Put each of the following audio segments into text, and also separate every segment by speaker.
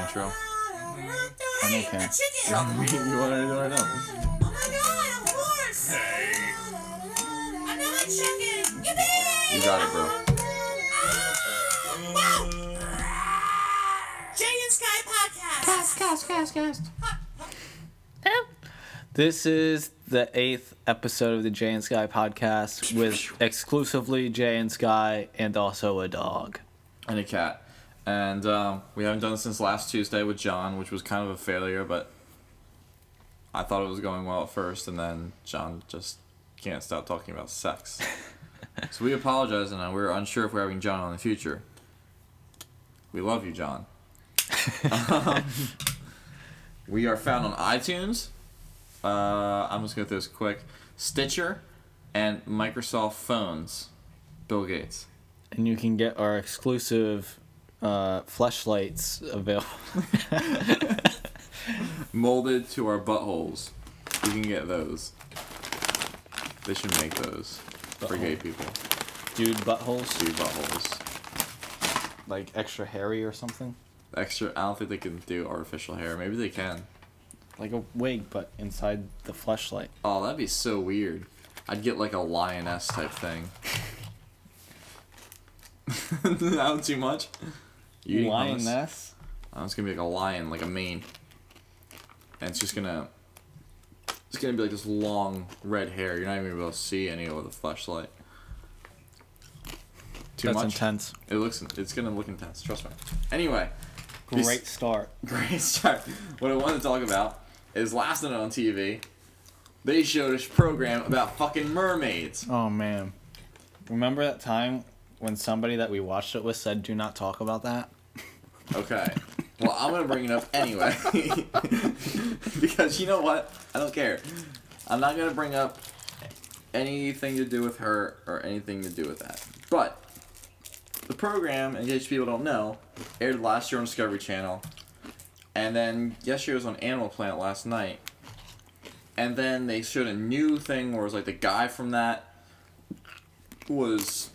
Speaker 1: intro.
Speaker 2: I'm okay.
Speaker 1: you want to do it right now?
Speaker 3: Oh my god, a horse! Another chicken! Yippee!
Speaker 1: You got it, bro.
Speaker 3: Ah! Wow! Jay and Sky podcast.
Speaker 2: This is the eighth episode of the Jay and Sky podcast with exclusively Jay and Sky and also a dog.
Speaker 1: And a cat. And um, we haven't done it since last Tuesday with John, which was kind of a failure, but I thought it was going well at first, and then John just can't stop talking about sex. so we apologize, and we're unsure if we're having John on in the future. We love you, John. Um, we are found on iTunes. Uh, I'm just going to throw this quick Stitcher and Microsoft Phones. Bill Gates.
Speaker 2: And you can get our exclusive uh, fleshlights available.
Speaker 1: molded to our buttholes. You can get those. They should make those for
Speaker 2: Butthole.
Speaker 1: gay people.
Speaker 2: Dude buttholes.
Speaker 1: Do buttholes.
Speaker 2: Like extra hairy or something.
Speaker 1: Extra. I don't think they can do artificial hair. Maybe they can.
Speaker 2: Like a wig, but inside the fleshlight.
Speaker 1: Oh, that'd be so weird. I'd get like a lioness type thing. Not too much. You eating hummus?
Speaker 2: Lioness?
Speaker 1: Uh, it's gonna be like a lion, like a mane. And it's just gonna. It's gonna be like this long red hair. You're not even gonna be able to see any with a flashlight. Too
Speaker 2: That's
Speaker 1: much.
Speaker 2: intense.
Speaker 1: It looks. It's gonna look intense. Trust me. Anyway, Bes-
Speaker 2: Great start.
Speaker 1: great start. What I wanted to talk about is last night on TV, they showed a program about fucking mermaids.
Speaker 2: Oh man. Remember that time when somebody that we watched it with said do not talk about that?
Speaker 1: Okay. Well, I'm gonna bring it up anyway. because you know what? I don't care. I'm not gonna bring up anything to do with her or anything to do with that. But the program, in case people don't know, aired last year on Discovery Channel. And then yesterday was on Animal Planet last night. And then they showed a new thing where it was like the guy from that was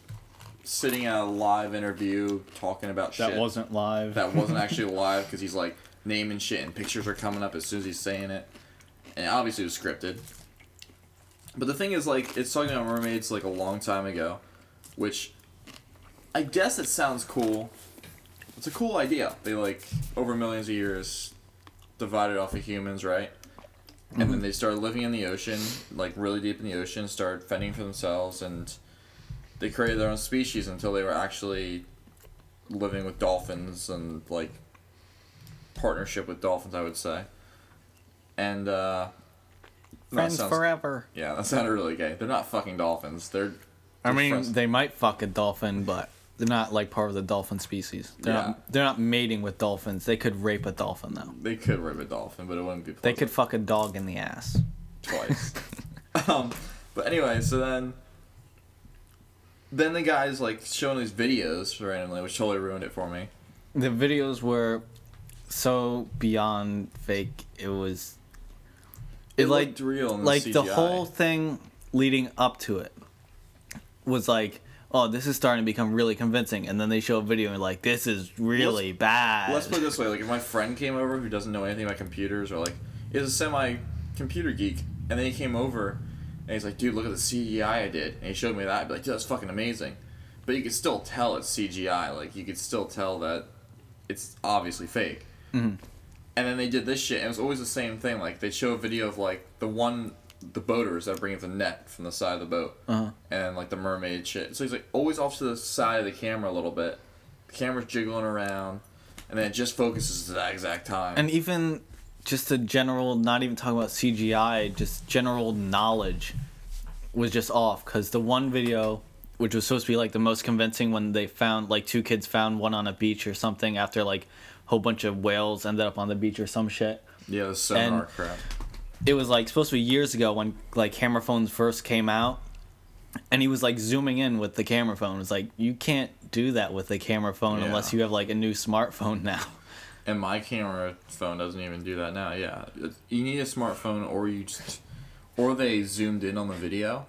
Speaker 1: sitting at a live interview talking about
Speaker 2: That
Speaker 1: shit
Speaker 2: wasn't live.
Speaker 1: that wasn't actually alive because he's like naming shit and pictures are coming up as soon as he's saying it. And obviously it was scripted. But the thing is, like, it's talking about mermaids like a long time ago, which I guess it sounds cool. It's a cool idea. They like over millions of years divided off of humans, right? And
Speaker 2: Mm-hmm.
Speaker 1: then they started living in the ocean, like really deep in the ocean, started fending for themselves, and they created their own species until they were actually living with dolphins and like partnership with dolphins, I would say. And uh, that
Speaker 2: Friends
Speaker 1: sounds-
Speaker 2: forever.
Speaker 1: yeah, that sounded really gay. They're not fucking dolphins. They're.
Speaker 2: I
Speaker 1: they're
Speaker 2: mean,
Speaker 1: friends.
Speaker 2: they might fuck a dolphin, but they're not like part of the dolphin species. They're
Speaker 1: Yeah.
Speaker 2: not they're not mating with dolphins. They could rape a dolphin though.
Speaker 1: they could rip a dolphin, but it wouldn't be.
Speaker 2: They
Speaker 1: Pleasant
Speaker 2: could fuck a dog in the ass.
Speaker 1: twice. um, but anyway, so then. Then the guy's like showing these videos randomly, which totally ruined it for me.
Speaker 2: The videos were so beyond fake. It was
Speaker 1: It,
Speaker 2: It, like-
Speaker 1: looked real, in the
Speaker 2: like the
Speaker 1: CGI.
Speaker 2: whole thing leading up to it was like oh this is starting to become really convincing and then they show a video and like this is really bad
Speaker 1: Let's put it this way: like if my friend came over who doesn't know anything about computers or like is a semi computer geek, and then he came over and he's like, "Dude, look at the CGI I did," and he showed me that, I'd be like, "Dude, that's fucking amazing," but you could still tell it's CGI. Like you could still tell that it's obviously fake. And then they did this shit, and it was always the same thing. Like they show a video of like the one the boaters that bring up the net from the side of the boat,
Speaker 2: Uh-huh.
Speaker 1: and like the mermaid shit. So he's like always off to the side of the camera a little bit. The camera's jiggling around, and then it just focuses at that exact time.
Speaker 2: and even just the general not even talking about cgi just general knowledge was just off because the one video which was supposed to be like the most convincing when they found like two kids found one on a beach or something after like a whole bunch of whales ended up on the beach or some shit
Speaker 1: yeah, the sonar
Speaker 2: and-
Speaker 1: crap.
Speaker 2: it was like supposed to be years ago when like camera phones first came out and he was like zooming in with the camera phone it's like you can't do that with a camera phone
Speaker 1: Yeah.
Speaker 2: unless you have like a new smartphone now
Speaker 1: And my camera phone doesn't even do that now. Yeah, you need a smartphone, or you just, or they zoomed in on the video,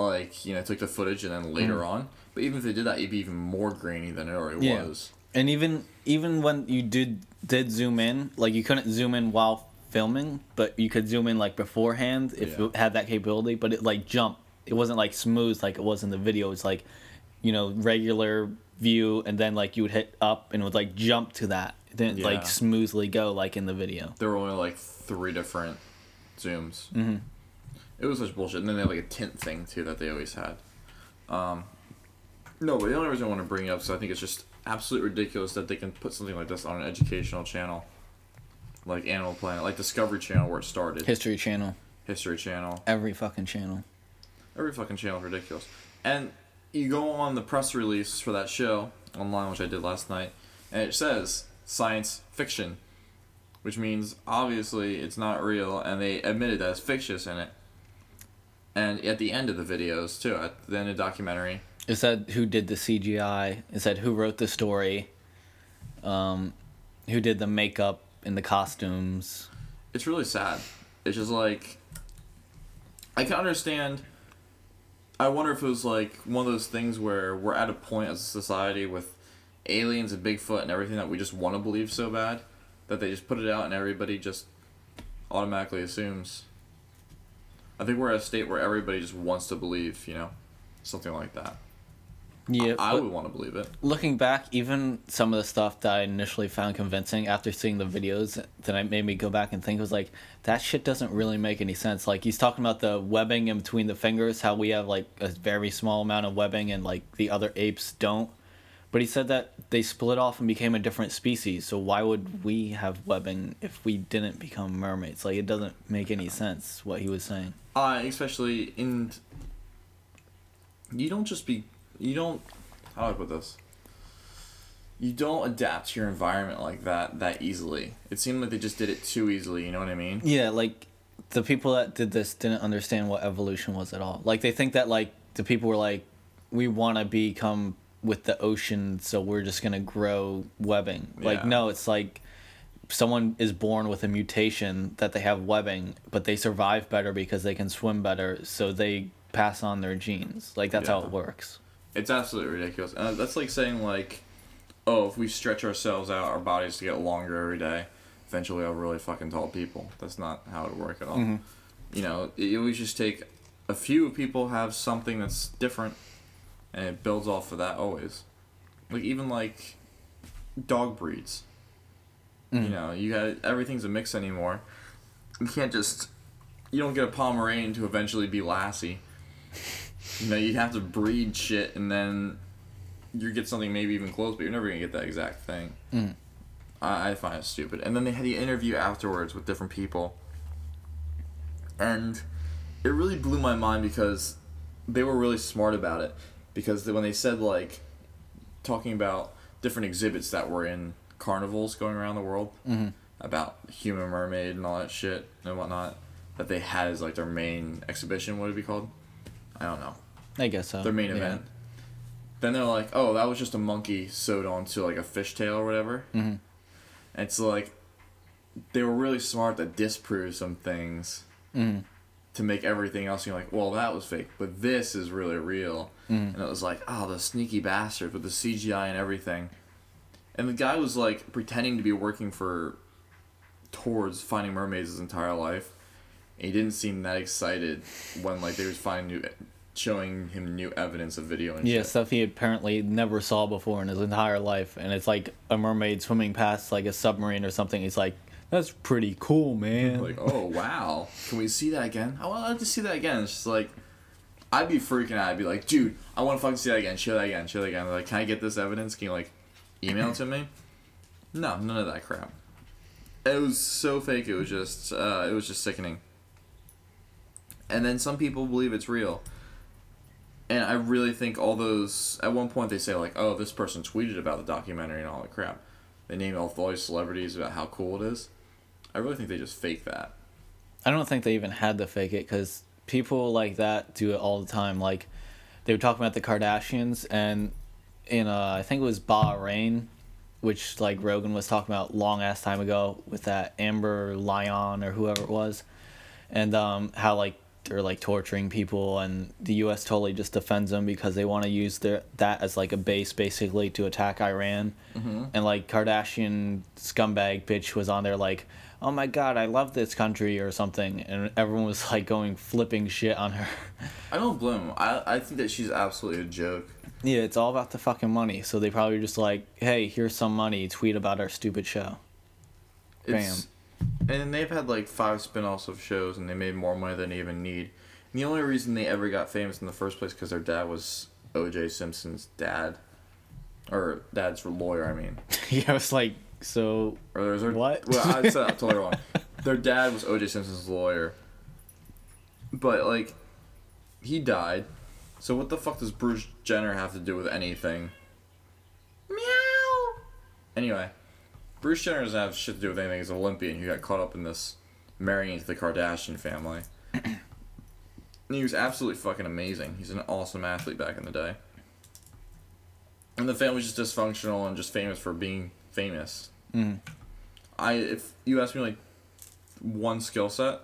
Speaker 1: like you know, took the footage and then later on. But even if they did that, it'd be even more grainy than it already
Speaker 2: Hmm. Yeah.
Speaker 1: was.
Speaker 2: And even even when you did did zoom in, like you couldn't zoom in while filming, but you could zoom in like beforehand if
Speaker 1: Yeah.
Speaker 2: it had that capability. But it like jumped. It wasn't like smooth like it was in the video. It's like, you know, regular view, and then like you would hit up and it would like jump to that. It didn't
Speaker 1: Yeah.
Speaker 2: like smoothly go like in the video.
Speaker 1: There were only like three different zooms. Mm-hmm. It was such bullshit. And then they had like a tint thing too that they always had. Um, no, but the only reason I want to bring it up is I think it's just absolutely ridiculous that they can put something like this on an educational channel, like Animal Planet, like Discovery Channel where it started,
Speaker 2: History Channel,
Speaker 1: History Channel.
Speaker 2: every fucking channel.
Speaker 1: Every fucking channel is ridiculous. And you go on the press release for that show online, which I did last night, and it says science fiction, which means obviously it's not real, and they admitted that it's fictitious in it. And at the end of the videos too, at the end of the documentary,
Speaker 2: It said who did the CGI. It said who wrote the story. Um, who did the makeup and the costumes?
Speaker 1: it's really sad. It's just like I can understand. I wonder if it was like one of those things where we're at a point as a society with aliens and Bigfoot and everything that we just want to believe so bad that they just put it out and everybody just automatically assumes. I think we're at a state where everybody just wants to believe, you know, something like that.
Speaker 2: Yeah,
Speaker 1: I
Speaker 2: but
Speaker 1: would want to believe it.
Speaker 2: looking back, even some of the stuff that I initially found convincing after seeing the videos, then it made me go back and think it was like that shit doesn't really make any sense. Like he's talking about the webbing in between the fingers, how we have like a very small amount of webbing and like the other apes don't. But he said that they split off and became a different species. So why would we have webbing if we didn't become mermaids? Like it doesn't make any sense what he was saying.
Speaker 1: Uh, especially in. You don't just be. You don't. How do I put this? You don't adapt to your environment like that that easily. It seemed like they just did it too easily. You know what I mean?
Speaker 2: Yeah, like the people that did this didn't understand what evolution was at all. Like they think that like the people were like, we want to become with the ocean, so we're just gonna grow webbing. Like
Speaker 1: Yeah.
Speaker 2: no, it's like someone is born with a mutation that they have webbing, but they survive better because they can swim better, so they pass on their genes. Like that's how
Speaker 1: Yeah.
Speaker 2: it works.
Speaker 1: It's absolutely ridiculous. And that's like saying like, oh, if we stretch ourselves out, our bodies to get longer every day, eventually I'll really fucking tall people. That's not how it would work at all. You know, it always just take a few people have something that's different, and it builds off of that always. Like even like dog breeds. You know, you got everything's a mix anymore. You can't just you don't get a Pomeranian to eventually be Lassie. You know, you have to breed shit, and then you get something maybe even close, but you're never gonna get that exact thing. I, I find it stupid. And then they had the interview afterwards with different people, and it really blew my mind because they were really smart about it. Because when they said like talking about different exhibits that were in carnivals going around the world about human mermaid and all that shit and whatnot that they had as like their main exhibition, what would it be called? I don't know
Speaker 2: I guess so.
Speaker 1: their main
Speaker 2: Yeah.
Speaker 1: event. Then they're like, oh, that was just a monkey sewed onto like a fishtail or whatever. Mm-hmm. And so like, they were really smart to disprove some things to make everything else. You're like, well, that was fake, but this is really real. And it was like, oh, the sneaky bastards with the CGI and everything. And the guy was like pretending to be working for towards finding mermaids his entire life. And he didn't seem that excited when like they was finding new, showing him new evidence of video and
Speaker 2: Yeah,
Speaker 1: shit.
Speaker 2: stuff he apparently never saw before in his entire life, and it's like a mermaid swimming past like a submarine or something. He's like, "That's pretty cool, man."
Speaker 1: Like, oh wow, can we see that again? I want to see that again. It's just like, I'd be freaking out. I'd be like, dude, I want to fucking see that again. Show that again. Show that again. They're like, can I get this evidence? Can you like, email it to me? No, none of that crap. It was so fake. It was just, uh, it was just sickening. And then some people believe it's real. And I really think all those. At one point, they say like, "Oh, this person tweeted about the documentary and all that crap." They name all all these celebrities about how cool it is. I really think they just fake that.
Speaker 2: I don't think they even had to fake it because people like that do it all the time. Like they were talking about the Kardashians, and in uh, I think it was Bahrain, which like Rogan was talking about long ass time ago with that Amber Lyon or whoever it was, and um, how like or like torturing people, and the U.S. totally just defends them because they want to use their that as like a base basically to attack Iran. And like Kardashian scumbag bitch was on there like, oh my god, I love this country or something, and everyone was like going flipping shit on her.
Speaker 1: I don't blame him. I, I think that she's absolutely a joke.
Speaker 2: yeah, it's all about the fucking money. So they probably just like, hey, here's some money. Tweet about our stupid show.
Speaker 1: It's, And they've had like five spin offs of shows and they made more money than they even need. And the only reason they ever got famous in the first place because their dad was OJ Simpson's dad. Or dad's lawyer, I mean.
Speaker 2: yeah, I was like, so
Speaker 1: Or there's their,
Speaker 2: What?
Speaker 1: Well, I said I'm totally wrong. Their dad was O.J. Simpson's lawyer, but like, he died. So what the fuck does Bruce Jenner have to do with anything? Meow. Anyway, Bruce Jenner doesn't have shit to do with anything. He's an Olympian who got caught up in this marrying into the Kardashian family. And he was absolutely fucking amazing. He's an awesome athlete back in the day. And the family's just dysfunctional and just famous for being famous. I if you asked me like one skill set,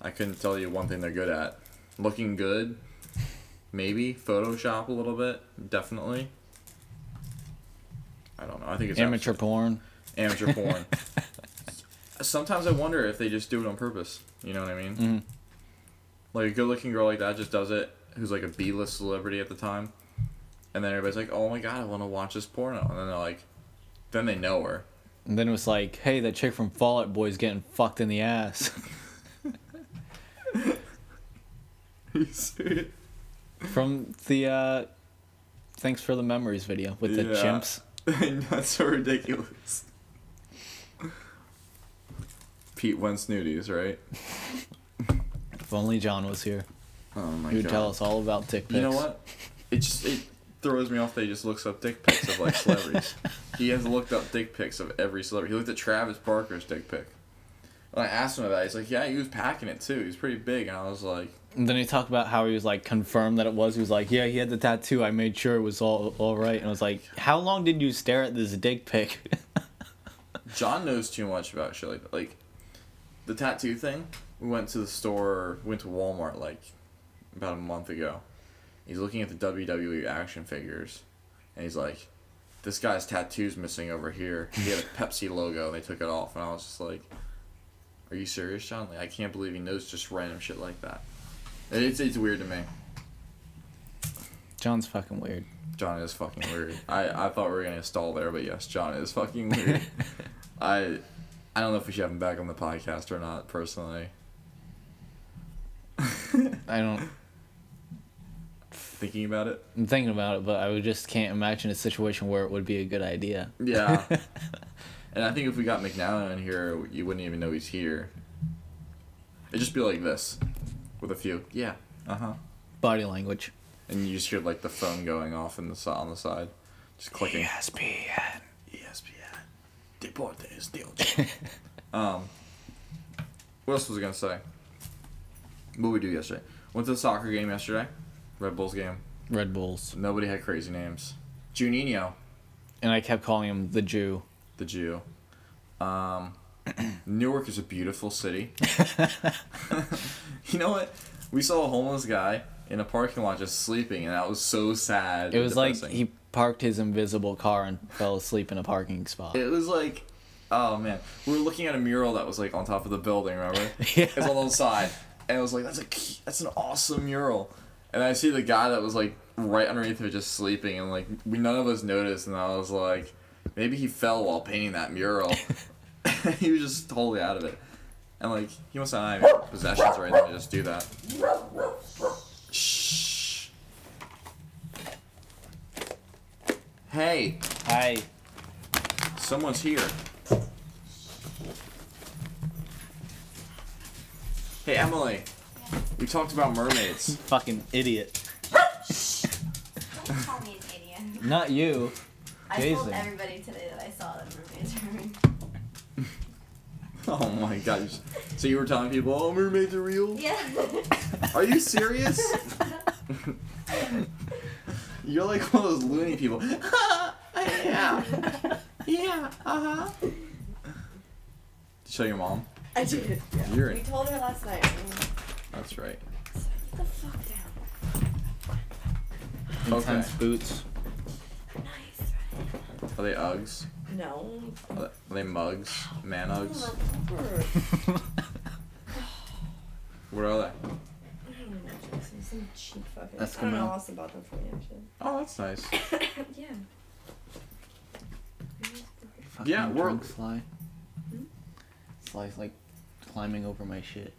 Speaker 1: I couldn't tell you one thing they're good at. Looking good, maybe Photoshop a little bit, definitely. I don't know. I think it's
Speaker 2: amateur
Speaker 1: absolute-
Speaker 2: porn.
Speaker 1: amateur porn. Sometimes I wonder if they just do it on purpose. You know what I mean?
Speaker 2: Mm-hmm.
Speaker 1: Like a good-looking girl like that just does it, who's like a B-list celebrity at the time, and then everybody's like, "Oh my god, I want to watch this porno," and then they're like, then they know her.
Speaker 2: And then it was like, hey, that chick from Fall Out Boy's getting fucked in the ass.
Speaker 1: Are you serious?
Speaker 2: from the uh, Thanks for the Memories video with the
Speaker 1: Yeah.
Speaker 2: chimps.
Speaker 1: That's so ridiculous. Pete went snooties, right?
Speaker 2: If only John was here,
Speaker 1: Oh my
Speaker 2: he would tell us all about dick pics.
Speaker 1: You know what? It just it throws me off that he just looks up dick pics of like celebrities. He has looked up dick pics of every celebrity. He looked at Travis Barker's dick pic. And I asked him about it. He's like, yeah, he was packing it too. He's pretty big. And I was like,
Speaker 2: And then he talked about how he was like confirmed that it was. He was like, yeah, he had the tattoo. I made sure it was all all right. And I was like, how long did you stare at this dick pic?
Speaker 1: John knows too much about shit like that. Like, the tattoo thing, we went to the store, went to Walmart like about a month ago. He's looking at the WWE action figures, and he's like, this guy's tattoo's missing over here. He had a Pepsi logo, and they took it off. And I was just like, are you serious, John? Like, I can't believe he knows just random shit like that. And It's, it's weird to me.
Speaker 2: John's fucking weird.
Speaker 1: John is fucking weird. I, I thought we were gonna stall there, but yes, John is fucking weird. I I don't know if we should have him back on the podcast or not, personally.
Speaker 2: I don't.
Speaker 1: Thinking about it.
Speaker 2: I'm thinking about it, but I would just can't imagine a situation where it would be a good idea.
Speaker 1: Yeah. and I think if we got McNally in here, you wouldn't even know he's here. It'd just be like this. With a few. Yeah. Uh-huh.
Speaker 2: Body language.
Speaker 1: And you just hear like the phone going off in the si- on the side. Just clicking.
Speaker 2: ESPN.
Speaker 1: E ESPN. Deportes de Ocho. um, what else was I gonna say? What we do yesterday? Went to the soccer game yesterday. Red Bulls game.
Speaker 2: Red Bulls.
Speaker 1: Nobody had crazy names. Juninho,
Speaker 2: and I kept calling him the Jew.
Speaker 1: the Jew. Um, Newark is a beautiful city. you know what? We saw a homeless guy in a parking lot just sleeping, and that was so sad.
Speaker 2: It was like
Speaker 1: depressing.
Speaker 2: he parked his invisible car and fell asleep in a parking spot.
Speaker 1: It was like, oh man, we were looking at a mural that was like on top of the building. Remember?
Speaker 2: Yeah.
Speaker 1: It was on the side, and I was like, that's a cu- that's an awesome mural. And I see the guy that was like right underneath of it, just sleeping, and like we none of us noticed. And I was like, maybe he fell while painting that mural. he was just totally out of it, and like he must not have any possessions or anything to just do that. Shh. Hey,
Speaker 2: Hi.
Speaker 1: someone's here. Hey Emily, we talked about mermaids.
Speaker 2: Fucking idiot.
Speaker 4: Don't call me an idiot.
Speaker 2: Not you.
Speaker 4: I
Speaker 2: Jason.
Speaker 4: told everybody today that I saw that mermaid turn.
Speaker 1: oh my gosh! So you were telling people, oh mermaids are real?
Speaker 4: Yeah.
Speaker 1: Are you serious? You're like one of those loony people. yeah. Yeah. Uh huh. Did you tell your mom?
Speaker 4: I did.
Speaker 1: You're
Speaker 4: We
Speaker 1: an-
Speaker 4: told her last night.
Speaker 1: That's right.
Speaker 4: the fuck down.
Speaker 1: Okay.
Speaker 2: Intense boots.
Speaker 4: Nice, right?
Speaker 1: Are they Uggs?
Speaker 5: No.
Speaker 1: Are they, are they mugs? Man Uggs?
Speaker 5: Or-
Speaker 1: What are they?
Speaker 5: I don't know, Jason, Some cheap fucking.
Speaker 2: That's
Speaker 5: I don't know.
Speaker 2: gonna-
Speaker 5: I also bought them for you. Actually.
Speaker 1: Oh, that's nice.
Speaker 5: yeah.
Speaker 1: Yeah,
Speaker 2: Fucking
Speaker 1: we're-
Speaker 2: drunk Sly. Sly's Hmm? like climbing over my shit.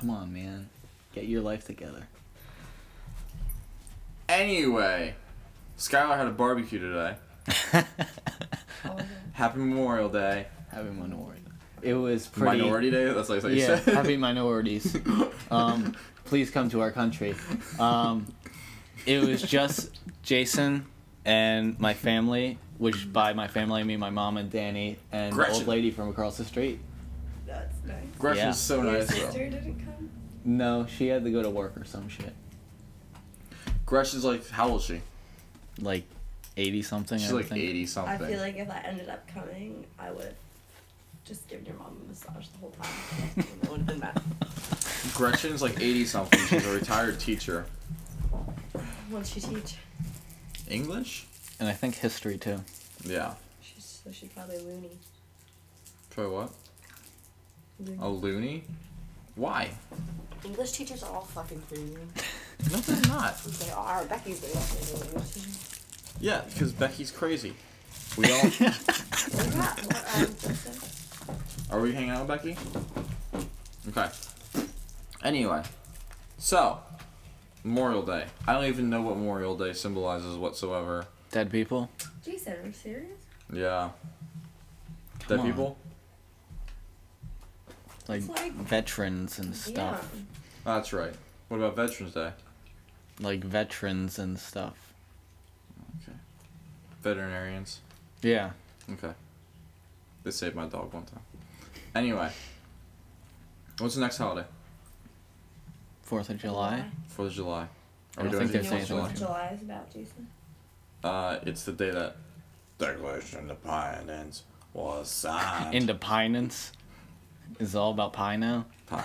Speaker 2: Come on, man. Get your life together.
Speaker 1: Anyway, Skylar had a barbecue today.
Speaker 5: All of
Speaker 1: Happy Memorial Day.
Speaker 2: Happy minority. It was pretty.
Speaker 1: Minority Day? That's like what you
Speaker 2: Yeah,
Speaker 1: said.
Speaker 2: happy minorities. Um, please come to our country. Um, it was just Jason and my family, which by my family I mean my mom and Danny and the
Speaker 1: Gretchen.
Speaker 2: old lady from across the street.
Speaker 5: That's nice.
Speaker 1: Gretchen's
Speaker 2: Yeah.
Speaker 1: so
Speaker 5: Your
Speaker 1: nice though.
Speaker 5: sister didn't come.
Speaker 2: No, she had to go to work or some shit.
Speaker 1: Gretchen's like, how old is she?
Speaker 2: Like eighty something.
Speaker 1: She's
Speaker 2: I
Speaker 1: like
Speaker 2: think.
Speaker 1: 80
Speaker 5: I
Speaker 1: something.
Speaker 5: feel like if I ended up coming, I would have just given your mom a massage the whole time. It would have been bad.
Speaker 1: Gretchen's like 80 something. She's a retired teacher.
Speaker 5: What did she teach?
Speaker 1: English?
Speaker 2: And I think history too.
Speaker 1: Yeah.
Speaker 5: She's, so she's probably loony.
Speaker 1: Try what?
Speaker 5: Loony.
Speaker 1: A
Speaker 2: Oh.
Speaker 1: loony? Why?
Speaker 4: English teachers are all fucking crazy.
Speaker 1: No, they're not.
Speaker 4: They are. Becky's the best English teacher.
Speaker 1: Yeah, because Becky's crazy. We all
Speaker 5: What about what, um, Justin?
Speaker 1: are we hanging out, with Becky? Okay. Anyway, so Memorial Day. I don't even know what Memorial Day symbolizes whatsoever.
Speaker 2: Dead people.
Speaker 5: Jason, are you serious?
Speaker 1: Yeah.
Speaker 2: Come
Speaker 1: Dead
Speaker 2: on.
Speaker 1: people.
Speaker 2: Like,
Speaker 5: It's like-
Speaker 2: veterans and stuff.
Speaker 1: That's right. What about Veterans Day?
Speaker 2: Like veterans and stuff.
Speaker 1: Veterinarians.
Speaker 2: Yeah.
Speaker 1: Okay. They saved my dog one time. Anyway, what's the next holiday?
Speaker 2: Fourth of July.
Speaker 1: Fourth of July.
Speaker 2: I don't think They're
Speaker 5: Yeah. You
Speaker 1: anything
Speaker 5: know
Speaker 2: saying
Speaker 5: what
Speaker 1: for
Speaker 5: Fourth
Speaker 2: something.
Speaker 5: of July is about, Jason?
Speaker 1: Uh, it's the day that Declaration of Independence was signed.
Speaker 2: Independence is all about pie now.
Speaker 1: Pie.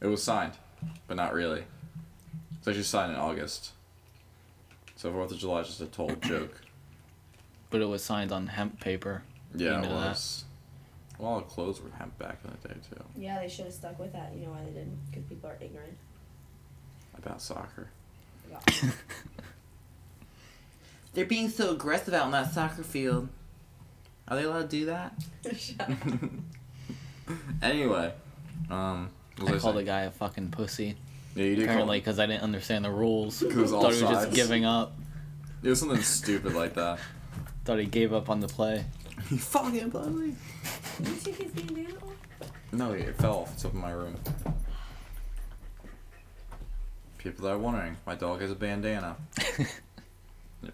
Speaker 1: it was signed, but not really. It's actually signed in August. So Fourth of July is just a total joke.
Speaker 2: But it was signed on hemp paper.
Speaker 1: Yeah,
Speaker 2: You
Speaker 1: it
Speaker 2: know that.
Speaker 1: was. Well, all the clothes were hemp back in the day too.
Speaker 5: Yeah, they should have stuck with that. You know why they didn't? Because people are ignorant.
Speaker 1: About soccer.
Speaker 5: Yeah.
Speaker 1: They're being so aggressive out on that soccer field. Are they allowed to do that?
Speaker 5: Shut up.
Speaker 1: Anyway, um, what
Speaker 2: I
Speaker 1: was
Speaker 2: called the
Speaker 1: saying?
Speaker 2: guy a fucking pussy.
Speaker 1: Yeah, you did call.
Speaker 2: Apparently, because I didn't understand the rules.
Speaker 1: 'Cause it was
Speaker 2: Thought he was
Speaker 1: offsides.
Speaker 2: just giving up.
Speaker 1: It was something stupid like that.
Speaker 2: Thought he gave up on the play.
Speaker 1: you fucking bloody.
Speaker 5: you think he's being beautiful?
Speaker 1: No, it fell off. It's up in my room. People that are wondering, my dog has a bandana. it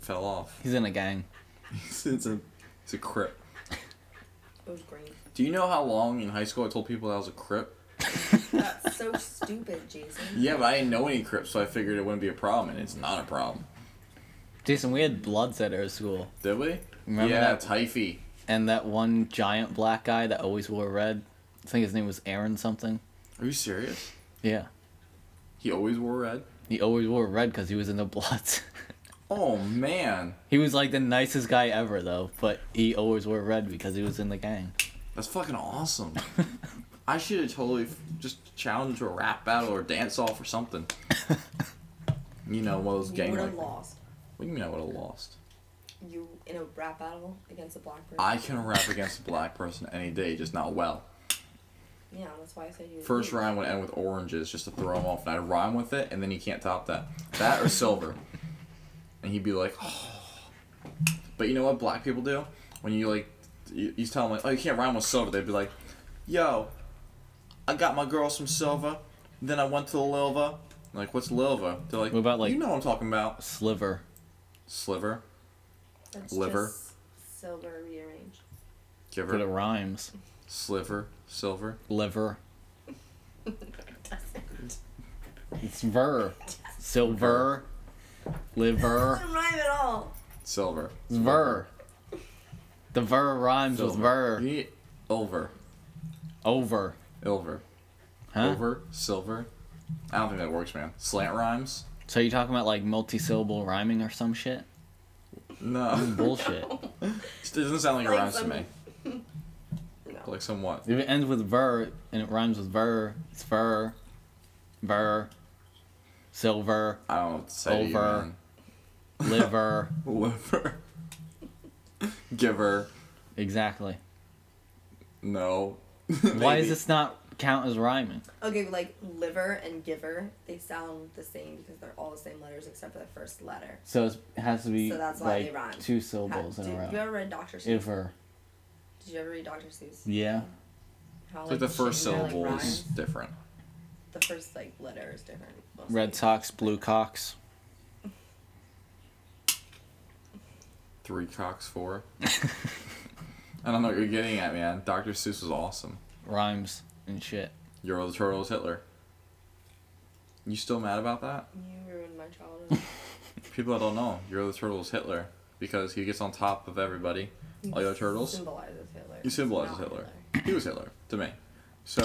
Speaker 1: fell off.
Speaker 2: He's in a gang.
Speaker 1: it's a, it's a crip.
Speaker 5: It was great.
Speaker 1: Do you know how long in high school I told people that I was a crip?
Speaker 5: That's so stupid, Jason.
Speaker 1: Yeah, but I didn't know any crips, so I figured it wouldn't be a problem, and it's not a problem.
Speaker 2: Jason, we had bloods at our school,
Speaker 1: Did we?
Speaker 2: Remember
Speaker 1: yeah,
Speaker 2: that-
Speaker 1: Typhy.
Speaker 2: and that one giant black guy that always wore red. I think his name was Aaron something.
Speaker 1: Are you serious?
Speaker 2: Yeah,
Speaker 1: He always wore red.
Speaker 2: he always wore red because he was in the bloods.
Speaker 1: Oh man,
Speaker 2: he was like the nicest guy ever though, but he always wore red because he was in the gang.
Speaker 1: that's fucking awesome. I should have totally f- just challenged to a rap battle or dance off or something. you know, one of those
Speaker 5: You
Speaker 1: gang.
Speaker 5: would
Speaker 1: Like,
Speaker 5: have
Speaker 1: what
Speaker 5: lost.
Speaker 1: do you mean I would have lost?
Speaker 5: You in a rap battle against a black person.
Speaker 1: I can rap against a black person any day, just not well.
Speaker 5: Yeah, that's why I said you.
Speaker 1: First rhyme would end with oranges just to throw him off, and I'd rhyme with it, and then he can't top that. That or silver. And he'd be like, oh. But you know what black people do? When you like, you, you tell them, like, oh, you can't rhyme with silver, they'd be like, yo, I got my girl some silver, then I went to the Lilva. I'm Like, what's Lilva? They're like,
Speaker 2: What about, like-
Speaker 1: you know what I'm talking about.
Speaker 2: Sliver.
Speaker 1: Sliver,
Speaker 5: That's
Speaker 1: liver.
Speaker 5: just Silver rearranged.
Speaker 1: give
Speaker 2: But it
Speaker 1: her,
Speaker 2: rhymes.
Speaker 1: sliver, silver.
Speaker 2: Liver. It's ver. Silver. Liver.
Speaker 5: Doesn't rhyme at all.
Speaker 1: Silver.
Speaker 2: It's ver. The ver rhymes with
Speaker 1: Silver.
Speaker 2: ver.
Speaker 1: You need Over.
Speaker 2: Over.
Speaker 1: Ilver.
Speaker 2: Huh?
Speaker 1: Over, silver, I don't think that works, man. Slant rhymes?
Speaker 2: So you talking about like multi-syllable rhyming or some shit?
Speaker 1: No.
Speaker 2: Bullshit.
Speaker 1: it doesn't sound like it
Speaker 5: Like
Speaker 1: rhymes to
Speaker 5: some-
Speaker 1: me.
Speaker 5: No.
Speaker 1: Like somewhat.
Speaker 2: If it ends with ver and it rhymes with ver, it's ver, ver, silver,
Speaker 1: I don't know what to say to you,
Speaker 2: Over.
Speaker 1: man.
Speaker 2: liver.
Speaker 1: Liver. Giver.
Speaker 2: exactly.
Speaker 1: No.
Speaker 2: Why
Speaker 1: Maybe.
Speaker 2: is this not count as rhyming?
Speaker 5: Okay, but like liver and giver, they sound the same because they're all the same letters except for the first letter.
Speaker 2: So it's, it has to be
Speaker 5: So that's why they
Speaker 2: like
Speaker 5: rhyme.
Speaker 2: two
Speaker 5: Ha-
Speaker 2: syllables
Speaker 5: did
Speaker 2: in a row.
Speaker 5: you ever read Doctor Seuss?
Speaker 2: Iver.
Speaker 5: Did you ever read Doctor Seuss?
Speaker 2: Yeah.
Speaker 5: How,
Speaker 1: It's like the first
Speaker 5: shit, how,
Speaker 1: syllable
Speaker 5: Like,
Speaker 1: is
Speaker 5: rhymes?
Speaker 1: different.
Speaker 5: the first like letter is different. mostly.
Speaker 2: Red Sox, Blue Cox.
Speaker 1: Three cocks, four. I don't know what you're getting at, man. Dr. Seuss was awesome.
Speaker 2: Rhymes and shit.
Speaker 1: You're the Turtle is Hitler. You still mad about that?
Speaker 5: You ruined my childhood.
Speaker 1: People that don't know, You're the Turtle is Hitler because he gets on top of everybody. All the other turtles.
Speaker 5: Symbolizes Hitler.
Speaker 1: He symbolizes
Speaker 5: Not
Speaker 1: Hitler. He was Hitler to me. So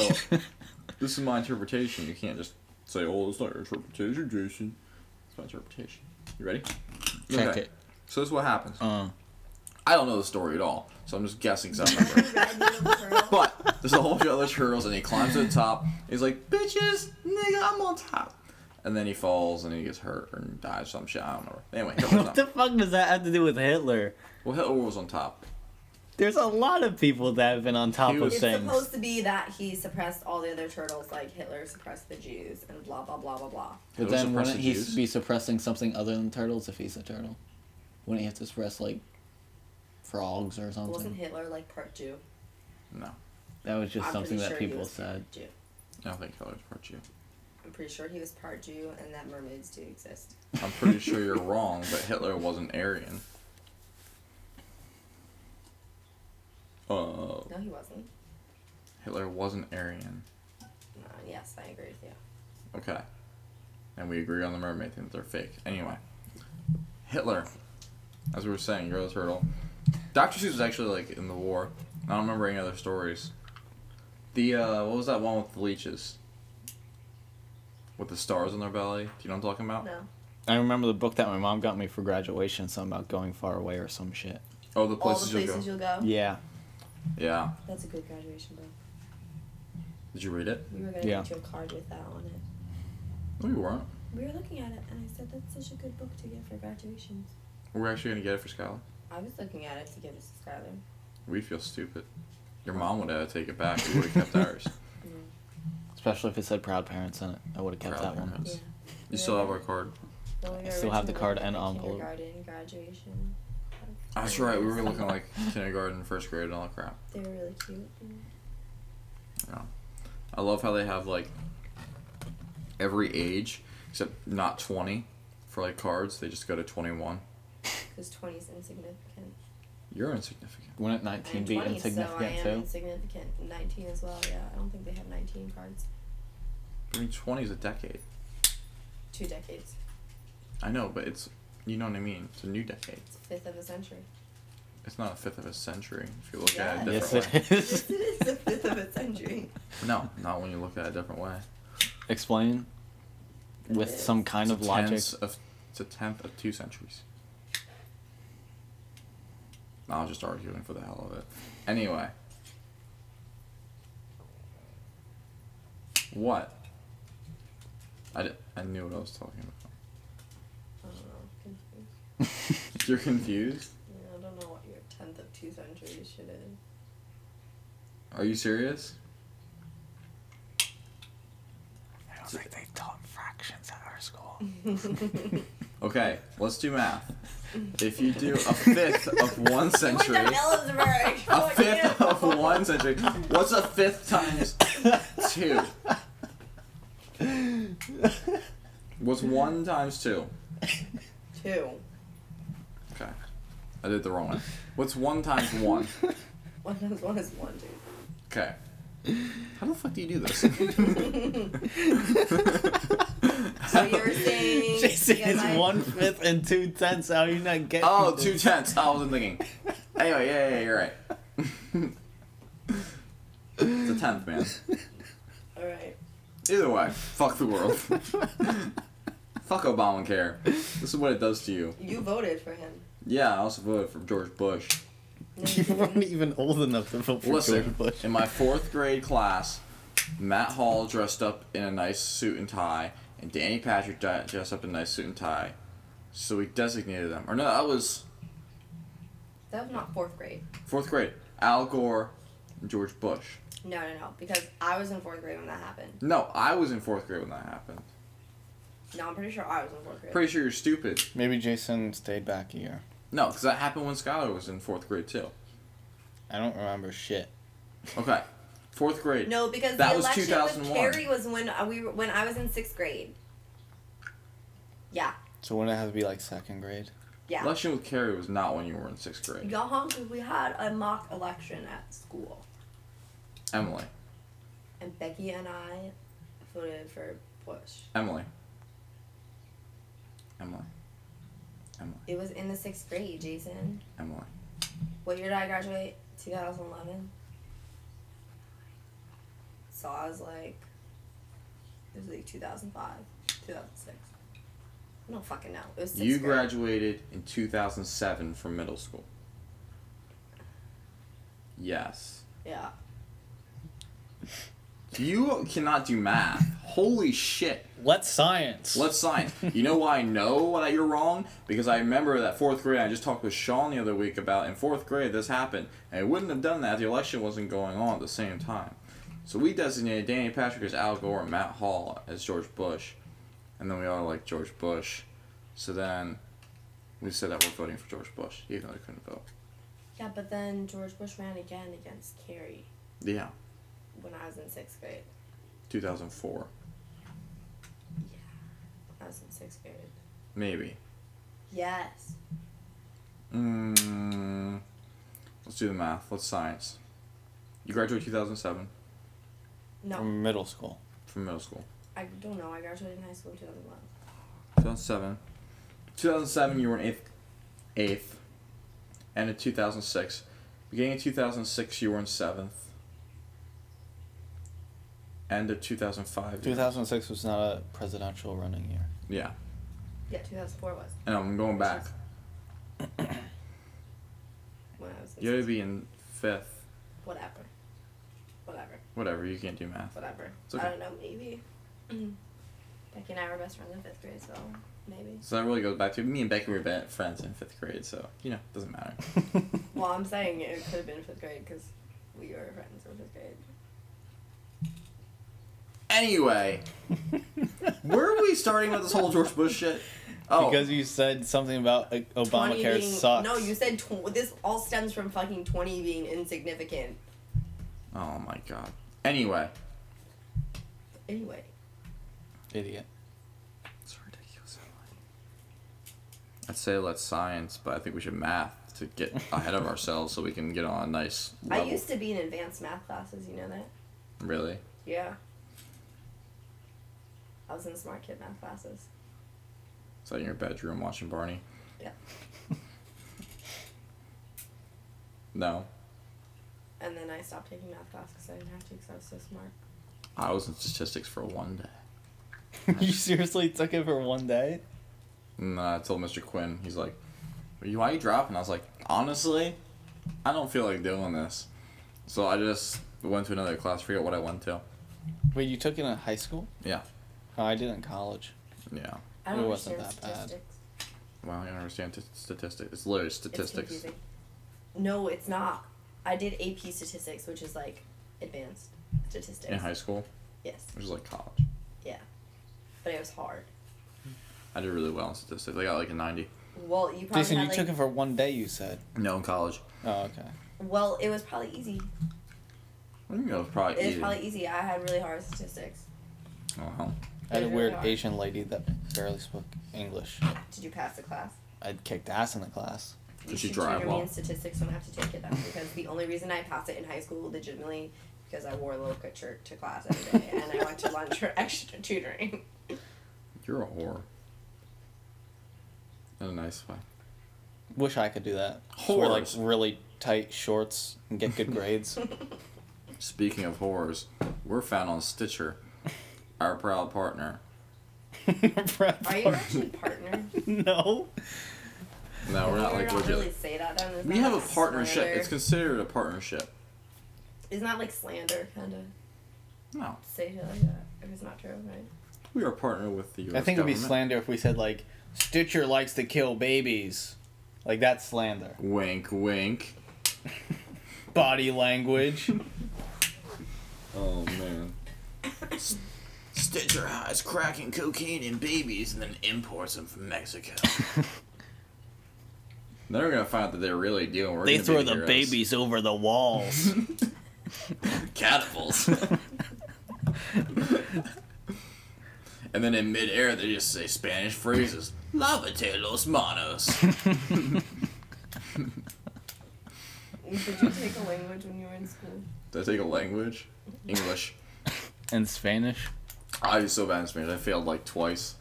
Speaker 1: this is my interpretation. You can't just say, "Oh, it's not your interpretation, Jason." It's my interpretation. You ready?
Speaker 2: Check
Speaker 1: Okay.
Speaker 2: it.
Speaker 1: So this is what happens.
Speaker 2: Uh,
Speaker 1: I don't know the story at all, so I'm just guessing something.
Speaker 5: Red little turtle.
Speaker 1: but there's a whole bunch of other turtles, and he climbs to the top. He's like, "Bitches, nigga, I'm on top." And then he falls, and he gets hurt and dies. Some shit. I don't know. Anyway, Hitler's
Speaker 2: what
Speaker 1: not-
Speaker 2: the fuck does that have to do with Hitler?
Speaker 1: well, Hitler was on top.
Speaker 2: There's a lot of people that have been on top
Speaker 1: He
Speaker 2: of
Speaker 1: was-
Speaker 5: It's
Speaker 2: things.
Speaker 5: supposed to be that he suppressed all the other turtles, like Hitler suppressed the Jews, and blah blah blah blah blah.
Speaker 2: But
Speaker 1: Hitler
Speaker 2: then
Speaker 1: suppressed
Speaker 2: wouldn't
Speaker 1: the
Speaker 2: he
Speaker 1: Jews.
Speaker 2: be suppressing something other than turtles if he's a turtle? Wouldn't he have to suppress like frogs or
Speaker 5: Wasn't
Speaker 2: something?
Speaker 5: Hitler like part Jew?
Speaker 1: No,
Speaker 2: That was just
Speaker 5: I'm
Speaker 2: something
Speaker 5: pretty
Speaker 2: that
Speaker 5: sure he
Speaker 2: people
Speaker 5: was
Speaker 2: said.
Speaker 5: part Jew.
Speaker 1: I don't think Hitler's part you.
Speaker 5: I'm pretty sure he was part Jew, and that mermaids do exist.
Speaker 1: I'm pretty sure you're wrong, but Hitler wasn't Aryan. Uh,
Speaker 5: No, he wasn't.
Speaker 1: Hitler wasn't Aryan.
Speaker 5: Uh, yes, I agree with you.
Speaker 1: Okay. And we agree on the mermaid thing that they're fake. Anyway, Hitler, as we were saying, You're the Turtle. Dr. Seuss was actually like in the war. I don't remember any other stories. The, uh, what was that one with the leeches? With the stars on their belly? Do you know what I'm talking about?
Speaker 5: No.
Speaker 2: I remember the book that my mom got me for graduation, something about going far away or some shit.
Speaker 1: Oh, the
Speaker 5: All
Speaker 1: places,
Speaker 5: the places
Speaker 1: you'll go.
Speaker 5: you'll go.
Speaker 2: Yeah.
Speaker 1: Yeah.
Speaker 5: That's a good graduation book.
Speaker 1: Did you read it?
Speaker 5: We were gonna
Speaker 2: Yeah.
Speaker 5: get you a card with that on it.
Speaker 1: No, you weren't.
Speaker 5: We were looking at it, and I said that's such a good book to get for graduations.
Speaker 1: We're actually gonna get it for Skylar.
Speaker 5: I was looking at it to give it to Skylar.
Speaker 1: We feel stupid. Your mom would have taken it back. We would have kept ours.
Speaker 2: Especially if it said proud parents in it. I would have kept
Speaker 1: Proud
Speaker 2: that one.
Speaker 1: parents. You still have our card.
Speaker 5: Well, we
Speaker 2: I still have the
Speaker 5: originally
Speaker 2: card
Speaker 5: looked
Speaker 2: and
Speaker 5: at
Speaker 2: envelope.
Speaker 5: Kindergarten graduation.
Speaker 1: That's right. We were looking like kindergarten, first grade, and all that crap.
Speaker 5: They were really cute.
Speaker 1: I love how they have like every age except not twenty for like cards. They just go to twenty one.
Speaker 5: Because 20 is insignificant.
Speaker 1: You're insignificant.
Speaker 2: Wouldn't
Speaker 5: I'm
Speaker 2: 19 be
Speaker 5: 20, so I
Speaker 2: insignificant
Speaker 5: am
Speaker 2: too?
Speaker 5: insignificant. 19 as well, yeah. I don't think they have 19 cards.
Speaker 1: I mean, twenty is a decade.
Speaker 5: Two decades.
Speaker 1: I know, but it's you know what I mean. It's a new decade.
Speaker 5: It's a fifth of a century.
Speaker 1: It's not a fifth of a century if you look at it a
Speaker 5: Yeah.
Speaker 2: Yes,
Speaker 1: different way.
Speaker 2: it is.
Speaker 5: it is a fifth of a century.
Speaker 1: No, not when you look at it a different way.
Speaker 2: Explain with
Speaker 5: It
Speaker 2: some kind of logic.
Speaker 1: Tenths of, it's a tenth of two centuries. I was just arguing for the hell of it. Anyway. What? I, di- I knew what I was talking about.
Speaker 5: I don't know. I'm confused.
Speaker 1: You're confused?
Speaker 5: Yeah, I don't know what your tenth of two centuries shit is.
Speaker 1: Are you serious?
Speaker 2: I don't think they taught fractions at our school.
Speaker 1: Okay, let's do math. If you do a fifth of one century,
Speaker 5: Ellsberg.
Speaker 1: a fifth of one century, what's a fifth times two? What's one times two?
Speaker 5: Two.
Speaker 1: Okay. I did the wrong one. What's one times one?
Speaker 5: One times one is one, dude.
Speaker 1: Okay. How the fuck do you do this?
Speaker 5: So you were saying
Speaker 2: Jason
Speaker 5: you get
Speaker 2: is
Speaker 5: my-
Speaker 2: one fifth and two tenths. How are you not getting?
Speaker 1: oh,
Speaker 2: this?
Speaker 1: two tenths. I wasn't thinking. Anyway, yeah, yeah, yeah, you're right. it's a tenth, man.
Speaker 5: All right.
Speaker 1: Either way, fuck the world. fuck Obamacare. This is what it does to you.
Speaker 5: You voted for him.
Speaker 1: Yeah, I also voted for George Bush.
Speaker 5: No, you
Speaker 2: You weren't
Speaker 5: didn't.
Speaker 2: even old enough to vote for
Speaker 1: Listen,
Speaker 2: George Bush.
Speaker 1: in my fourth grade class, Matt Hall dressed up in a nice suit and tie, and Danny Patrick di- dressed up in a nice suit and tie. So we designated them. Or no, that was
Speaker 5: That was not fourth grade.
Speaker 1: fourth grade. Al Gore and George Bush.
Speaker 5: No, no, no. Because I was in fourth grade when that happened.
Speaker 1: No, I was in fourth grade when that happened.
Speaker 5: No, I'm pretty sure I was in fourth grade.
Speaker 1: Pretty sure you're stupid.
Speaker 6: Maybe Jason stayed back a year.
Speaker 1: No, because that happened when Skylar was in fourth grade too.
Speaker 6: I don't remember shit.
Speaker 1: Okay, fourth grade.
Speaker 5: no, because
Speaker 1: That
Speaker 5: the
Speaker 1: was
Speaker 5: election
Speaker 1: 2001.
Speaker 5: with Carrie was when uh, we were, when I was in sixth grade. Yeah,
Speaker 6: So wouldn't it have to be like second grade?
Speaker 5: yeah.
Speaker 1: Election with Carrie was not when you were in sixth grade.
Speaker 5: Y'all, hung 'cause we had a mock election at school,
Speaker 1: Emily,
Speaker 5: and Becky and I voted for Bush.
Speaker 1: Emily, Emily, Emily,
Speaker 5: It was in the sixth grade, Jason.
Speaker 1: Emily.
Speaker 5: What year did I graduate? 2011. So I was like, it was like 2005, 2006. I don't fucking know. It was sixth
Speaker 1: you
Speaker 5: grade.
Speaker 1: graduated in 2007 from middle school. Yes.
Speaker 5: Yeah.
Speaker 1: You cannot do math. Holy shit.
Speaker 6: Let's science.
Speaker 1: Let's sign. You know why I know that you're wrong? Because I remember that fourth grade, I just talked with Sean the other week about in fourth grade this happened. And it wouldn't have done that. if The election wasn't going on at the same time. So we designated Danny Patrick as Al Gore and Matt Hall as George Bush. And then we all like George Bush. So then we said that we're voting for George Bush, even though I couldn't vote.
Speaker 5: Yeah, but then George Bush ran again against Kerry
Speaker 1: Yeah,
Speaker 5: when I was in sixth grade.
Speaker 1: 2004.
Speaker 5: I was in sixth grade.
Speaker 1: Maybe.
Speaker 5: Yes.
Speaker 1: Mm, let's do the math. Let's science. You graduated 2007
Speaker 5: No,
Speaker 1: Um,
Speaker 6: From middle school.
Speaker 1: from middle school.
Speaker 5: I don't know. I graduated in high school in 2011.
Speaker 1: 2007. 2007, you were in 8th. 8th. And in 2006. Beginning of 2006, you were in 7th. End of 2005. you-
Speaker 6: 2006 was not a presidential running year.
Speaker 1: Yeah.
Speaker 5: Yeah, 2004 was
Speaker 1: And I'm going back.
Speaker 5: when I was in
Speaker 1: You had to
Speaker 5: sixth
Speaker 1: be in 5th.
Speaker 5: Whatever. Whatever.
Speaker 1: Whatever, you can't do math.
Speaker 5: Whatever.
Speaker 1: It's okay.
Speaker 5: I don't know. Maybe. Becky and I were best friends in fifth grade, so maybe.
Speaker 1: So that really goes back to me and Becky were be- friends in 5th grade, so, you know, doesn't matter.
Speaker 5: Well, I'm saying it could have been fifth grade because we were friends in fifth grade.
Speaker 1: Anyway, where are we starting with this whole George Bush shit? Oh,
Speaker 6: Because you said something about like,
Speaker 5: 20
Speaker 6: Obamacare
Speaker 5: being,
Speaker 6: sucks.
Speaker 5: No, you said tw- this all stems from fucking 20 being insignificant.
Speaker 1: oh my god. Anyway,
Speaker 5: Anyway,
Speaker 6: idiot.
Speaker 1: it's ridiculous. I'd say let's science, but I think we should math to get ahead of ourselves so we can get on a nice level.
Speaker 5: I used to be in advanced math classes. You know that?
Speaker 1: really?
Speaker 5: Yeah. I was in smart kid math classes.
Speaker 1: Is that in your bedroom watching Barney?
Speaker 5: Yeah.
Speaker 1: No,
Speaker 5: And then I stopped taking math class because I didn't have to because I was so smart.
Speaker 1: I was in statistics for one day.
Speaker 6: you seriously took it for one day?
Speaker 1: And then I told Mr. Quinn, he's like, "Are you- why are you dropping? I was like, honestly, I don't feel like doing this. So I just went to another class, forget what I went to.
Speaker 6: Wait, you took it in high school?
Speaker 1: Yeah.
Speaker 6: Oh, I did in college.
Speaker 1: Yeah.
Speaker 5: I don't
Speaker 6: It wasn't
Speaker 5: understand
Speaker 6: that bad.
Speaker 5: statistics.
Speaker 1: Well, I don't understand t- statistics. It's literally
Speaker 5: It's
Speaker 1: statistics.
Speaker 5: confusing. No, it's not. I did AP statistics, which is like advanced statistics.
Speaker 1: in high school,
Speaker 5: Yes,
Speaker 1: which is like college.
Speaker 5: yeah. But it was hard.
Speaker 1: I did really well in statistics. I got like a 90.
Speaker 5: Well, you probably
Speaker 6: Jason,
Speaker 5: had,
Speaker 6: you
Speaker 5: like,
Speaker 6: took it for one day, you said.
Speaker 1: No, in college.
Speaker 6: Oh, okay.
Speaker 5: Well, it was probably easy.
Speaker 1: I think that was probably
Speaker 5: It was
Speaker 1: easy.
Speaker 5: probably e- easy. I had really hard statistics.
Speaker 1: Oh, hell.
Speaker 6: I had a
Speaker 5: They really
Speaker 6: weird
Speaker 5: are.
Speaker 6: Asian lady that barely spoke English.
Speaker 5: Did you pass the class?
Speaker 6: I'd kicked ass in the class.
Speaker 1: Did
Speaker 5: you
Speaker 1: she
Speaker 5: should
Speaker 1: drive
Speaker 5: tutor
Speaker 1: well?
Speaker 5: me in statistics. Don't have to take it then because the only reason I passed it in high school legitimately because I wore a little cut shirt to class every day and I went to lunch for extra tutoring.
Speaker 1: You're a whore. In a nice way.
Speaker 6: Wish I could do that. Just Wear like
Speaker 1: Whores.
Speaker 6: really tight shorts and get good grades.
Speaker 1: Speaking of whores, we're found on Stitcher. our proud partner.
Speaker 5: Are you actually partner?
Speaker 6: no.
Speaker 1: No, we're not
Speaker 5: You
Speaker 1: like
Speaker 5: don't
Speaker 1: legit.
Speaker 5: really say that. Then. It's
Speaker 1: we
Speaker 5: not
Speaker 1: have a
Speaker 5: like
Speaker 1: partnership.
Speaker 5: slander.
Speaker 1: It's considered a partnership.
Speaker 5: It's not like slander, kind of.
Speaker 1: No,
Speaker 5: Say shit like that if it's not true, right?
Speaker 1: we are partnered with the. US
Speaker 6: I think it would be
Speaker 1: government.
Speaker 6: slander if we said like Stitcher likes to kill babies. Like that's slander.
Speaker 1: Wink, wink.
Speaker 6: Body language.
Speaker 1: Oh man. Stitcher High is cracking cocaine in babies and then imports them from Mexico. They're gonna find out that they're really dealing. We're
Speaker 2: They
Speaker 1: gonna
Speaker 2: throw
Speaker 1: be
Speaker 2: the
Speaker 1: heroes.
Speaker 2: babies over the walls.
Speaker 1: catapults. and then in midair, they just say Spanish phrases. Lávate los manos.
Speaker 5: Did you take a language when you were in school?
Speaker 1: Did I take a language? English.
Speaker 2: In Spanish?
Speaker 1: I was so bad in Spanish. I failed like twice.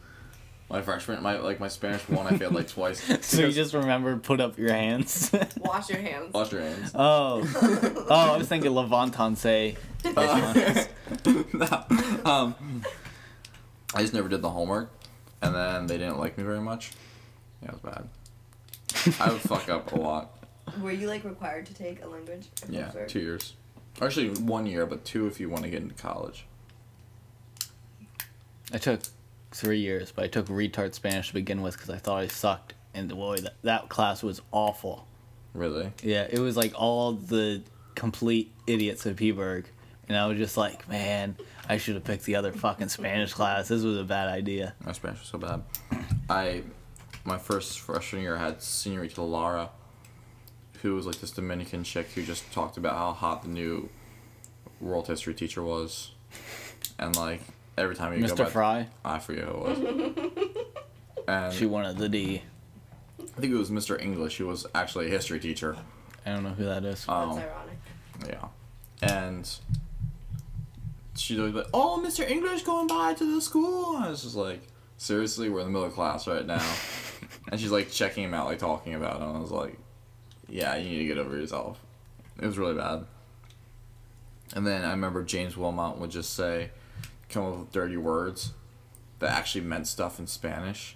Speaker 1: My freshman, my like my Spanish one, I failed like twice.
Speaker 2: So you just remember put up your hands.
Speaker 5: Wash your hands.
Speaker 1: Wash your hands.
Speaker 2: oh. Oh, I was thinking Levantanse.
Speaker 1: Uh, no, um, I just never did the homework, and then they didn't like me very much. Yeah, it was bad. I would fuck up a lot.
Speaker 5: Were you like required to take a language? or
Speaker 1: Yeah,
Speaker 5: culture?
Speaker 1: two years. Actually, one year, but two if you want to get into college.
Speaker 2: I took three years, but I took retard Spanish to begin with because I thought I sucked. And boy, that, that class was awful.
Speaker 1: Really?
Speaker 2: Yeah, it was like all the complete idiots of Peaburg. And I was just like, man, I should have picked the other fucking Spanish class. This was a bad idea.
Speaker 1: My Spanish was so bad. I, my first freshman year, I had Senorita Lara, who was like this Dominican chick who just talked about how hot the new world history teacher was, and like every time you go
Speaker 2: Mr.
Speaker 1: by-
Speaker 2: Fry,
Speaker 1: I forget who it was. and
Speaker 2: she wanted the D.
Speaker 1: I think it was Mr. English. who was actually a history teacher.
Speaker 2: I don't know who that is.
Speaker 5: That's
Speaker 1: Um,
Speaker 5: ironic.
Speaker 1: Yeah. And she'd always be like, Oh, Mr. English going by to the school. I was just like, Seriously, we're in the middle of class right now. and she's like checking him out, like talking about him. I was like, Yeah, you need to get over yourself. It was really bad. And then I remember James Wilmot would just say, come up with dirty words that actually meant stuff in Spanish.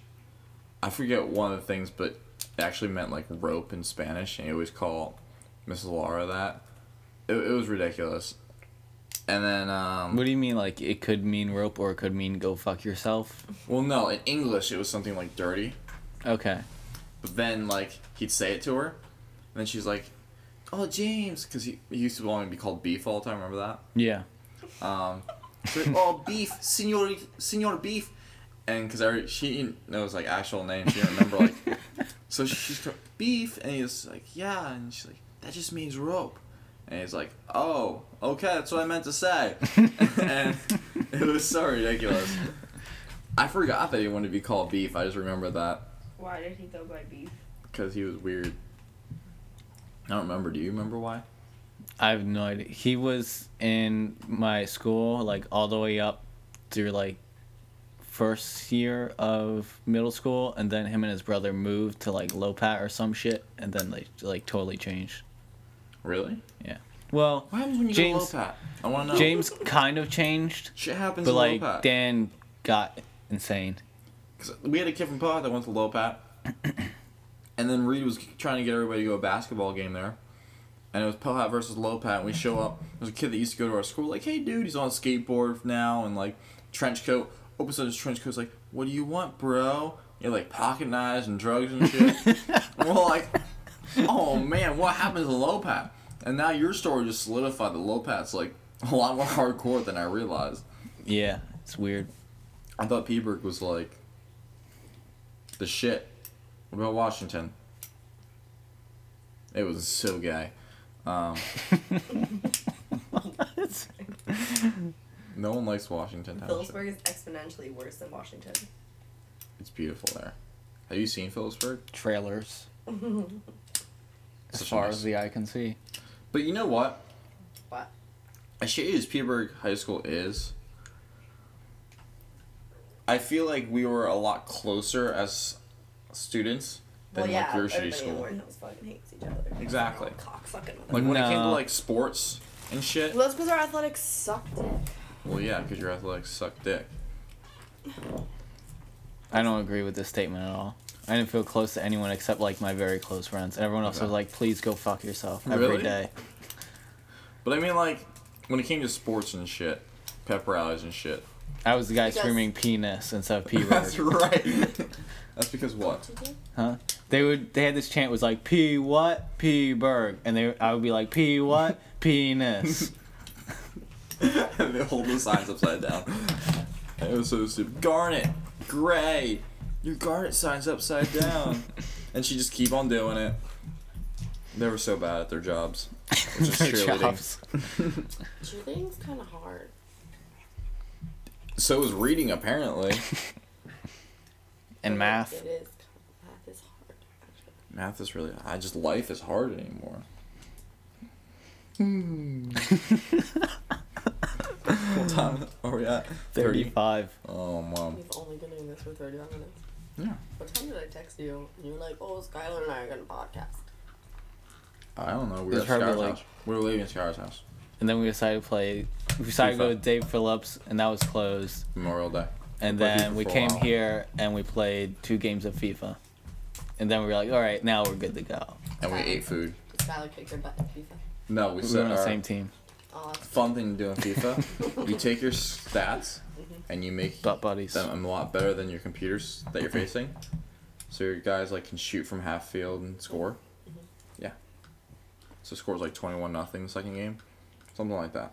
Speaker 1: I forget one of the things, but it actually meant like rope in Spanish, and he always called Miss Laura that. It, it was ridiculous. And then, um,
Speaker 2: What do you mean? Like it could mean rope, or it could mean go fuck yourself.
Speaker 1: well, no, in English it was something like dirty.
Speaker 2: Okay.
Speaker 1: But then, like, he'd say it to her, and then she's like, "Oh, James," because he, he used to want to be called Beef all the time. Remember that?
Speaker 2: Yeah.
Speaker 1: Um, so, oh, beef, senor, senor beef, and because she knows like actual name, she didn't remember like. so she's cr- beef, and he's like, yeah, and she's like, that just means rope, and he's like, oh, okay, that's what I meant to say, and it was so ridiculous. I forgot that he wanted to be called beef. I just remember that
Speaker 5: Why did he go by beef?
Speaker 1: because he was weird. I don't remember. Do you remember why?
Speaker 2: I have no idea. He was in my school, like all the way up through like first year of middle school, and then him and his brother moved to like Lopat or some shit, and then they like totally changed.
Speaker 1: Really?
Speaker 2: Yeah. Well,
Speaker 1: What happens when you
Speaker 2: James-
Speaker 1: go low pat? I want to know.
Speaker 2: James kind of changed,
Speaker 1: Shit happens
Speaker 2: but
Speaker 1: in
Speaker 2: like
Speaker 1: low pat.
Speaker 2: Dan got insane.
Speaker 1: Cause we had a kid from Pod that went to Lopat, and then Reed was trying to get everybody to go to a basketball game there, and it was Pohat versus Lopat. And we show up. There's a kid that used to go to our school. Like, hey, dude, he's on a skateboard now and like trench coat. Opens up his trench coat. He's like, what do you want, bro? You're like pocket knives and drugs and shit. and we're like, oh man, what happened to Lopat? And now your story just solidified that Lopat's like a lot more hardcore than I realized.
Speaker 2: Yeah, it's weird.
Speaker 1: I thought Peaberg was like the shit. What about Washington? It was so gay. Um, no one likes Washington. Township.
Speaker 5: Phillipsburg is exponentially worse than Washington.
Speaker 1: It's beautiful there. Have you seen Phillipsburg?
Speaker 2: Trailers, as
Speaker 1: Such a
Speaker 2: far
Speaker 1: nice-
Speaker 2: as the eye can see.
Speaker 1: But you know what?
Speaker 5: What?
Speaker 1: As shitty as Peaberg High School is, I feel like we were a lot closer as students than
Speaker 5: Well, yeah,
Speaker 1: like your
Speaker 5: everybody
Speaker 1: shitty
Speaker 5: in
Speaker 1: school.
Speaker 5: Warren Hills fucking hates each other.
Speaker 1: Exactly.
Speaker 5: Cocksucking mother-
Speaker 1: Like when it came to
Speaker 2: No.
Speaker 1: like sports and shit.
Speaker 5: Well, that's because our athletics sucked.
Speaker 1: Well, yeah, because your athletics suck dick.
Speaker 2: I don't agree with this statement at all. I didn't feel close to anyone except like my very close friends, and everyone else
Speaker 1: Okay.
Speaker 2: was like, "Please go fuck yourself every
Speaker 1: Really?
Speaker 2: day."
Speaker 1: But I mean, like, when it came to sports and shit, pep rallies and shit.
Speaker 2: I was the guy
Speaker 5: Because-
Speaker 2: screaming penis instead of p word.
Speaker 1: That's right. That's because what?
Speaker 2: Huh? They would. They had this chant was like p what p berg, and they I would be like p what penis.
Speaker 1: they hold the signs upside down. It was so stupid. Garnet, Gray, your Garnet sign's upside down, and she just keep on doing it. They were so bad at their jobs. Which is
Speaker 2: Their
Speaker 1: cheerleading.
Speaker 2: jobs.
Speaker 5: Cheerleading's kind of hard.
Speaker 1: So was reading apparently.
Speaker 2: and math.
Speaker 5: It is. Math is hard. actually.
Speaker 1: Math is really. I just life is hard anymore. what time are we at?
Speaker 2: Thirty-five.
Speaker 1: Oh, mom.
Speaker 5: We've only been doing this for 35 minutes.
Speaker 1: Yeah.
Speaker 5: What time did I text you? And you were like, oh, Skylar and I are going to podcast.
Speaker 1: I don't know. We
Speaker 2: There's
Speaker 1: were at Skylar's
Speaker 2: probably, like-
Speaker 1: house. We were leaving Skylar's house.
Speaker 2: And then we decided to play. We decided to go
Speaker 1: FIFA.
Speaker 2: with Dave Phillips, and that was closed.
Speaker 1: Memorial Day.
Speaker 2: And
Speaker 1: Played
Speaker 2: then
Speaker 1: FIFA
Speaker 2: we
Speaker 1: for a
Speaker 2: came
Speaker 1: while.
Speaker 2: here and we played two games of FIFA. And then we were like, all right, now we're good to go.
Speaker 1: And we ate food.
Speaker 5: Did Skylar kick your butt in FIFA?
Speaker 1: No, we
Speaker 2: We were
Speaker 1: said
Speaker 2: on the
Speaker 1: our
Speaker 2: same team.
Speaker 5: Oh, that's
Speaker 1: fun thing to do in uh, FIFA. you take your stats and you make
Speaker 2: Butt buddies.
Speaker 1: them a lot better than your computers that you're facing. So your guys like can shoot from half field and score. Yeah. So score was like twenty one nothing the second game, something like that.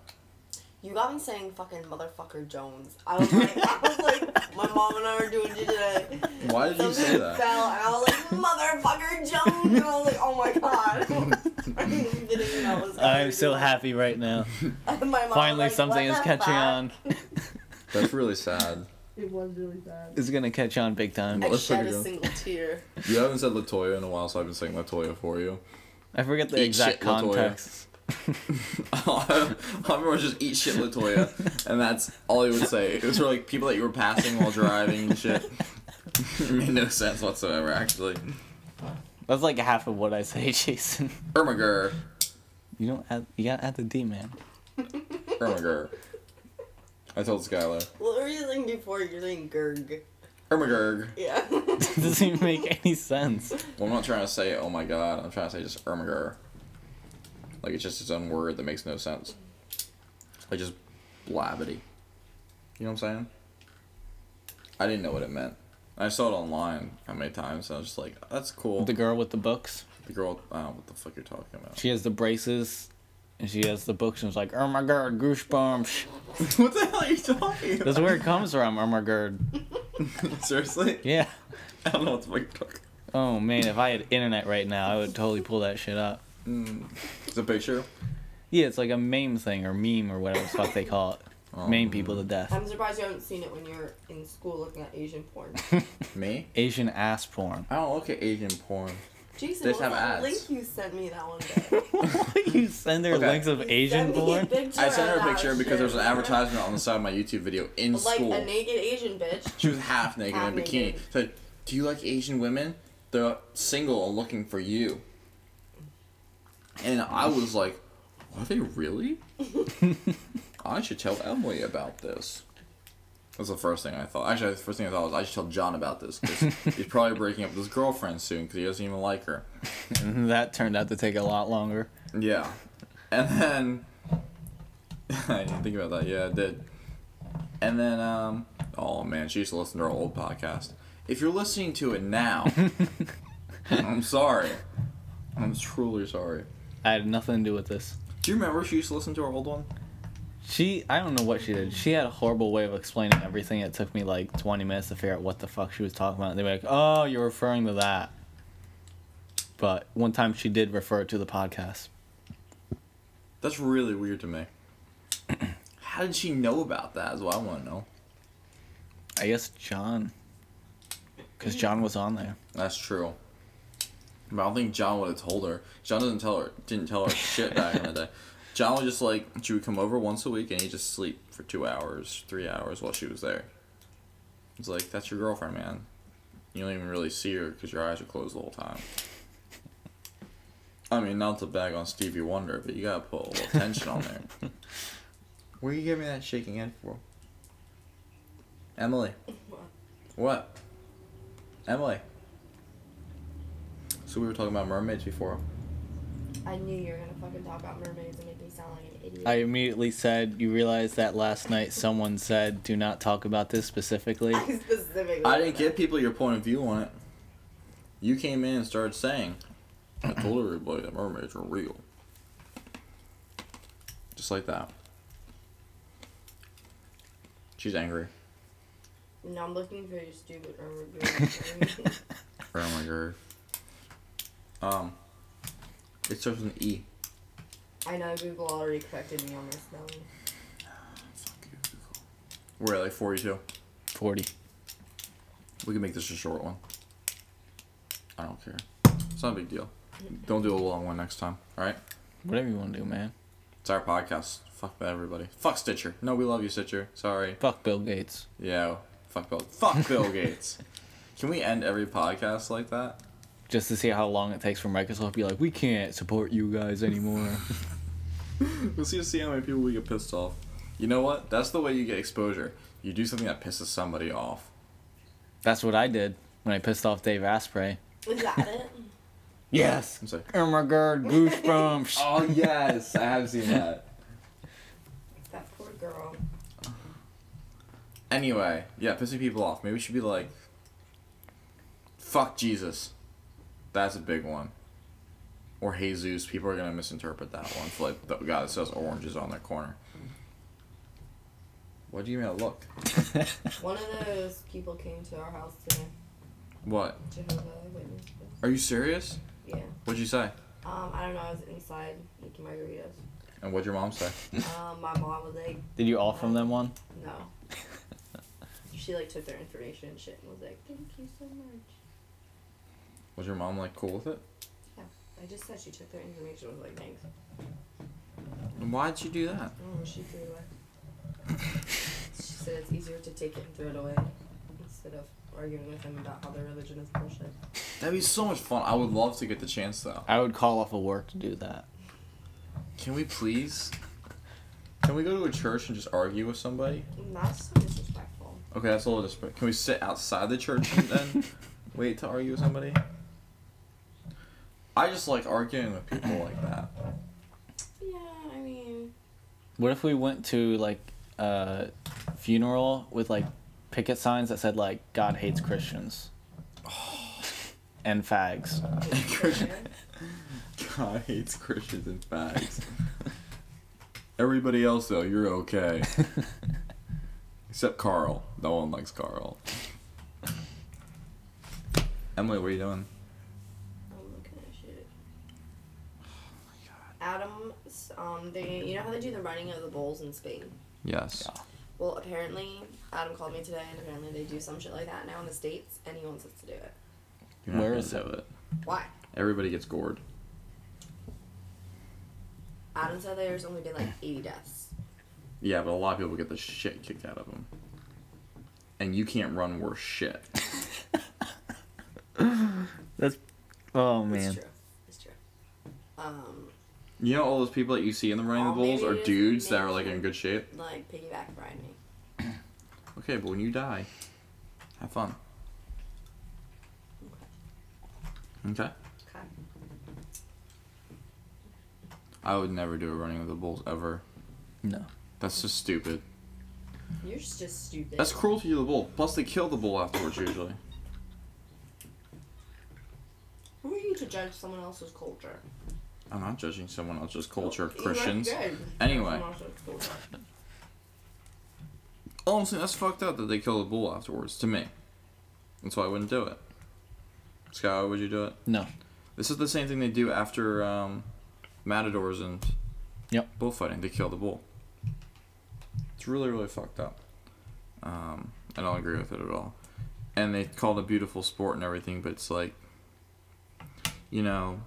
Speaker 5: You got me saying fucking motherfucker Jones. I was like, I was like, my mom and I were doing it today.
Speaker 1: Why did you say
Speaker 5: Something
Speaker 1: that?
Speaker 5: Fell, and I was like, motherfucker Jones. And I was like, oh my god. I'm kidding, that was
Speaker 2: I'm
Speaker 5: everything.
Speaker 2: so happy right now.
Speaker 5: And my mom was
Speaker 2: Finally,
Speaker 5: like,
Speaker 2: something
Speaker 5: "What
Speaker 2: is
Speaker 5: the
Speaker 2: catching
Speaker 5: fuck?"
Speaker 2: on.
Speaker 1: That's really sad.
Speaker 5: It was really bad.
Speaker 2: It's gonna catch on big time.
Speaker 5: I
Speaker 1: Motherfucker
Speaker 5: shed a
Speaker 1: Jones.
Speaker 5: single tear.
Speaker 1: You haven't said Latoya in a while, so I've been saying Latoya for you.
Speaker 2: I forget the
Speaker 1: Eat
Speaker 2: exact
Speaker 1: shit, Latoya.
Speaker 2: context.
Speaker 1: I remember just eat shit Latoya, and that's all he would say. It was for like people that you were passing while driving and shit. it made no sense whatsoever, actually.
Speaker 2: That's like half of what I say, Jason.
Speaker 1: Ermiger,
Speaker 2: You don't add. You gotta add the D, man.
Speaker 1: Ermiger. I told Skylar,
Speaker 5: What were you saying before? You're saying gerg.
Speaker 1: Ermagurg.
Speaker 5: Yeah.
Speaker 2: It doesn't even make any sense.
Speaker 1: Well, I'm not trying to say, oh my god. I'm trying to say just Ermiger. Like it's just its own word that makes no sense. Like just blabbity. You know what I'm saying? I didn't know what it meant. I saw it online how many times, and I was just like, that's cool.
Speaker 2: The girl with the books.
Speaker 1: The girl, I don't know what the fuck you're talking about.
Speaker 2: She has the braces, and she has the books, and it's like, oh my god, goosebumps.
Speaker 1: what the hell are you talking
Speaker 2: That's where it comes from. Oh my god.
Speaker 1: Seriously?
Speaker 2: Yeah.
Speaker 1: I don't know what the fuck you're talking
Speaker 2: Oh man, if I had internet right now, I would totally pull that shit up.
Speaker 1: It's a picture?
Speaker 2: Yeah, it's like a meme thing or meme or whatever the fuck they call it.
Speaker 1: Oh,
Speaker 2: Meme people to death.
Speaker 5: I'm surprised you haven't seen it when you're in school looking at Asian porn.
Speaker 1: Me?
Speaker 2: Asian ass porn.
Speaker 1: I don't look at Asian porn.
Speaker 5: Jason,
Speaker 1: They
Speaker 5: what
Speaker 1: have
Speaker 5: was that
Speaker 1: ads.
Speaker 5: link you sent me that one day?
Speaker 2: you send her
Speaker 1: Okay.
Speaker 2: links of Asian porn?
Speaker 1: I sent her a picture because there was an advertisement on the side of my YouTube video in
Speaker 5: Like
Speaker 1: school.
Speaker 5: a naked Asian bitch.
Speaker 1: she was half naked
Speaker 5: Half
Speaker 1: in a bikini.
Speaker 5: naked.
Speaker 1: Said, do you like Asian women? They're single and looking for you. And I was like, are they really? I should tell Emily about this. That's the first thing I thought. Actually, the first thing I thought was I should tell John about this because he's probably breaking up with his girlfriend soon because he doesn't even like her.
Speaker 2: And Mm-hmm, that turned out to take a lot longer.
Speaker 1: Yeah. And then I didn't think about that. Yeah, I did. And then um oh man, she used to listen to our old podcast. If you're listening to it now, I'm sorry. I'm truly sorry.
Speaker 2: I had nothing to do with this.
Speaker 1: Do you remember she used to listen to our old one?
Speaker 2: She, I don't know what she did. She had a horrible way of explaining everything. It took me like 20 minutes to figure out what the fuck she was talking about. And they were like, oh, you're referring to that. But one time she did refer to the podcast.
Speaker 1: That's really weird to me. How did she know about that is what I want to know.
Speaker 2: I guess John. Because John was on there.
Speaker 1: That's true. But I don't think John would have told her. John doesn't tell her. Didn't tell her shit back in the day. John would just like she would come over once a week and he'd just sleep for two hours, three hours while she was there. It's like that's your girlfriend, man. You don't even really see her because your eyes are closed the whole time. I mean, not to bag on Stevie Wonder, but you gotta put a little tension on there. What are you giving me that shaking head for? Emily. What? Emily. So we were talking about mermaids before.
Speaker 5: I knew you were gonna fucking talk about mermaids and make me sound like an idiot.
Speaker 2: I immediately said, "You realize that last night someone said, do not talk about this specifically."
Speaker 5: I specifically.
Speaker 1: I didn't give people your point of view on it. You came in and started saying, I told everybody that mermaids were real. Just like that. She's angry.
Speaker 5: No, I'm looking for your stupid armor. green.
Speaker 1: Oh my god. Um, it starts with an E.
Speaker 5: I know Google already corrected me on my spelling.
Speaker 1: We're at like 42.
Speaker 2: Forty.
Speaker 1: We can make this a short one. I don't care. It's not a big deal. Don't do a long one next time, alright?
Speaker 2: Whatever you want to do, man.
Speaker 1: It's our podcast. Fuck everybody. Fuck Stitcher. No, we love you, Stitcher. Sorry.
Speaker 2: Fuck Bill Gates.
Speaker 1: Yeah. Fuck Bill. Fuck Bill Gates. Can we end every podcast like that?
Speaker 2: Just to see how long it takes for Microsoft to be like, we can't support you guys anymore.
Speaker 1: Let's just see how many people we get pissed off. You know what? That's the way you get exposure. You do something that pisses somebody off.
Speaker 2: That's what I did when I pissed off Dave Asprey.
Speaker 5: Is that it?
Speaker 2: Yes.
Speaker 1: I'm sorry.
Speaker 2: Oh my god, goosebumps.
Speaker 1: Oh yes, I have seen that.
Speaker 5: That poor girl.
Speaker 1: Anyway, yeah, pissing people off. Maybe we should be like, fuck Jesus. That's a big one. Or Jesus. People are gonna misinterpret that one for like the guy that says oranges on their corner. What do you mean? a Look.
Speaker 5: One of those people came to our house today.
Speaker 1: What?
Speaker 5: Jehovah Witness.
Speaker 1: Are you serious?
Speaker 5: Yeah.
Speaker 1: What'd you say?
Speaker 5: Um, I don't know. I was inside making margaritas.
Speaker 1: And what'd your mom say?
Speaker 5: Um, my mom was like,
Speaker 2: Did you offer them one?
Speaker 5: no. She like took their information and shit and was like, thank you so much.
Speaker 1: Was your mom like cool with it?
Speaker 5: I just said she took their information and was like, thanks.
Speaker 1: And why'd you do that?
Speaker 5: Oh, she threw it away. she said it's easier to take it and throw it away instead of arguing with them about how their religion is bullshit.
Speaker 1: That'd be so much fun. I would love to get the chance though.
Speaker 2: I would call off of work to do that.
Speaker 1: Can we please? Can we go to a church and just argue with somebody?
Speaker 5: That's so disrespectful.
Speaker 1: Okay, that's a little disrespectful. Can we sit outside the church and then wait to argue with somebody? I just like arguing with people like that.
Speaker 5: Yeah, I mean,
Speaker 2: What if we went to like a funeral with like picket signs that said like God hates Christians and fags?
Speaker 1: God hates Christians and fags. Everybody else though, you're okay. Except Carl. No one likes Carl. Emily, what are you doing?
Speaker 5: I'm looking at shit. Oh Adam, s- um, they, you know how they do the running of the bulls in Spain?
Speaker 1: Yes.
Speaker 5: Well, apparently, Adam called me today, and apparently they do some shit like that now in the States, and he wants us to do it.
Speaker 1: You're not
Speaker 2: Where
Speaker 1: gonna
Speaker 2: is it?
Speaker 1: do it?
Speaker 5: Why?
Speaker 1: Everybody gets gored.
Speaker 5: Adam said there's only been like 80 deaths.
Speaker 1: Yeah, but a lot of people get the shit kicked out of them. And you can't run worse shit.
Speaker 2: That's oh
Speaker 5: It's
Speaker 2: man.
Speaker 5: true. It's true. Um,
Speaker 1: You know all those people that you see in the running of the
Speaker 5: Oh,
Speaker 1: bulls
Speaker 5: maybe
Speaker 1: are
Speaker 5: it is
Speaker 1: dudes that are
Speaker 5: nature.
Speaker 1: like in good shape.
Speaker 5: like piggyback ride me.
Speaker 1: Okay, but when you die, have fun. Okay.
Speaker 5: Okay.
Speaker 1: I would never do a running of the bulls ever.
Speaker 2: No.
Speaker 1: That's just stupid.
Speaker 5: You're s- just stupid.
Speaker 1: That's cruelty to the bull. Plus, they kill the bull afterwards usually.
Speaker 5: Who are you to judge someone else's culture?
Speaker 1: I'm not judging someone else's culture,
Speaker 5: You are
Speaker 1: Christians.
Speaker 5: good.
Speaker 1: Anyway.
Speaker 5: Someone else's culture.
Speaker 1: Honestly, Oh, that's fucked up that they kill the bull afterwards. To me, that's why I wouldn't do it. Sky, why would you do it?
Speaker 2: No.
Speaker 1: This is the same thing they do after um, matadors and
Speaker 2: Yep.
Speaker 1: bullfighting. They kill the bull. It's really, really fucked up. Um, I don't agree with it at all. And they call it a beautiful sport and everything, but it's like, you know,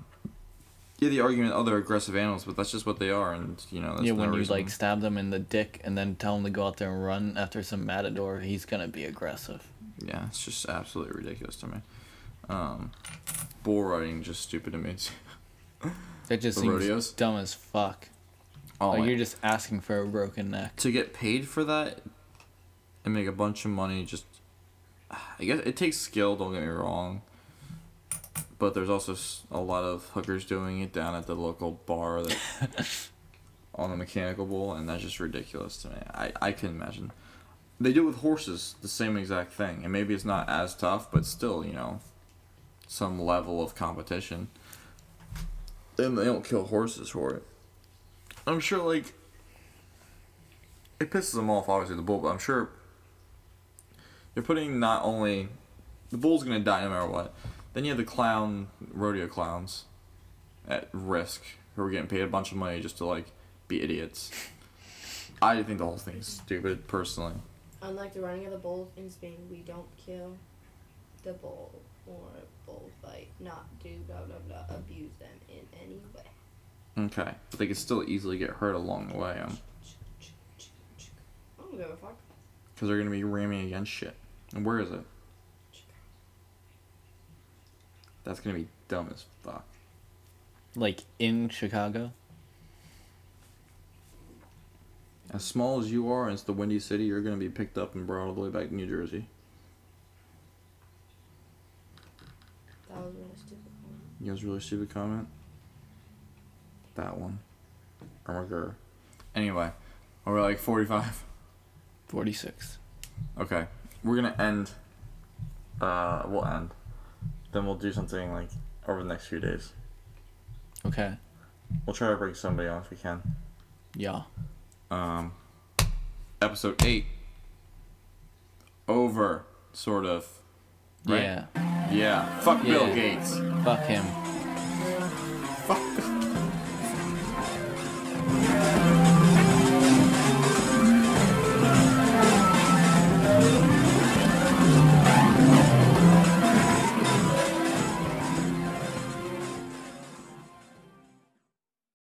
Speaker 1: yeah, the argument, oh, they're aggressive animals, but that's just what they are, and you know, that's
Speaker 2: yeah,
Speaker 1: no
Speaker 2: when you
Speaker 1: reason-
Speaker 2: like stab them in the dick and then tell them to go out there and run after some matador, he's gonna be aggressive.
Speaker 1: yeah, it's just absolutely ridiculous to me. Um, bull riding just stupid to me.
Speaker 2: That just
Speaker 1: The
Speaker 2: seems
Speaker 1: rodeos?
Speaker 2: dumb as fuck.
Speaker 1: Oh,
Speaker 2: like
Speaker 1: my-
Speaker 2: you're just asking for a broken neck.
Speaker 1: to get paid for that and make a bunch of money just i guess it takes skill don't get me wrong but there's also s- a lot of hookers doing it down at the local bar that on the mechanical bull and that's just ridiculous to me i, I can imagine they do it with horses the same exact thing and maybe it's not as tough but still you know some level of competition and they don't kill horses for it i'm sure like it pisses them off, obviously, the bull, but I'm sure you're putting not only the bull's gonna die no matter what, then you have the clown rodeo clowns at risk who are getting paid a bunch of money just to like be idiots. I think the whole thing is stupid personally.
Speaker 5: Unlike the running of the bull in Spain, we don't kill the bull or bullfight, not do blah blah blah, abuse them in any way.
Speaker 1: Okay. But they could still easily get hurt along the way um,
Speaker 5: I don't give a fuck.
Speaker 1: because they're gonna be ramming against shit. And where is it? That's gonna be dumb as fuck.
Speaker 2: Like in Chicago.
Speaker 1: As small as you are, and it's the windy city, you're going to be picked up and brought all the way back to New Jersey.
Speaker 5: That was really stupid.
Speaker 1: You guys really stupid comment? That one. Ermager. Anyway, we're like 45.
Speaker 2: Forty six.
Speaker 1: Okay. We're going to end. Uh, we'll end. Then we'll do something like over the next few days.
Speaker 2: Okay.
Speaker 1: We'll try to bring somebody on if we can.
Speaker 2: Yeah.
Speaker 1: Um, episode 8. Over, sort of. Right?
Speaker 2: Yeah.
Speaker 1: Yeah. Fuck Bill
Speaker 2: Yeah.
Speaker 1: Gates.
Speaker 2: Fuck him.
Speaker 1: Fuck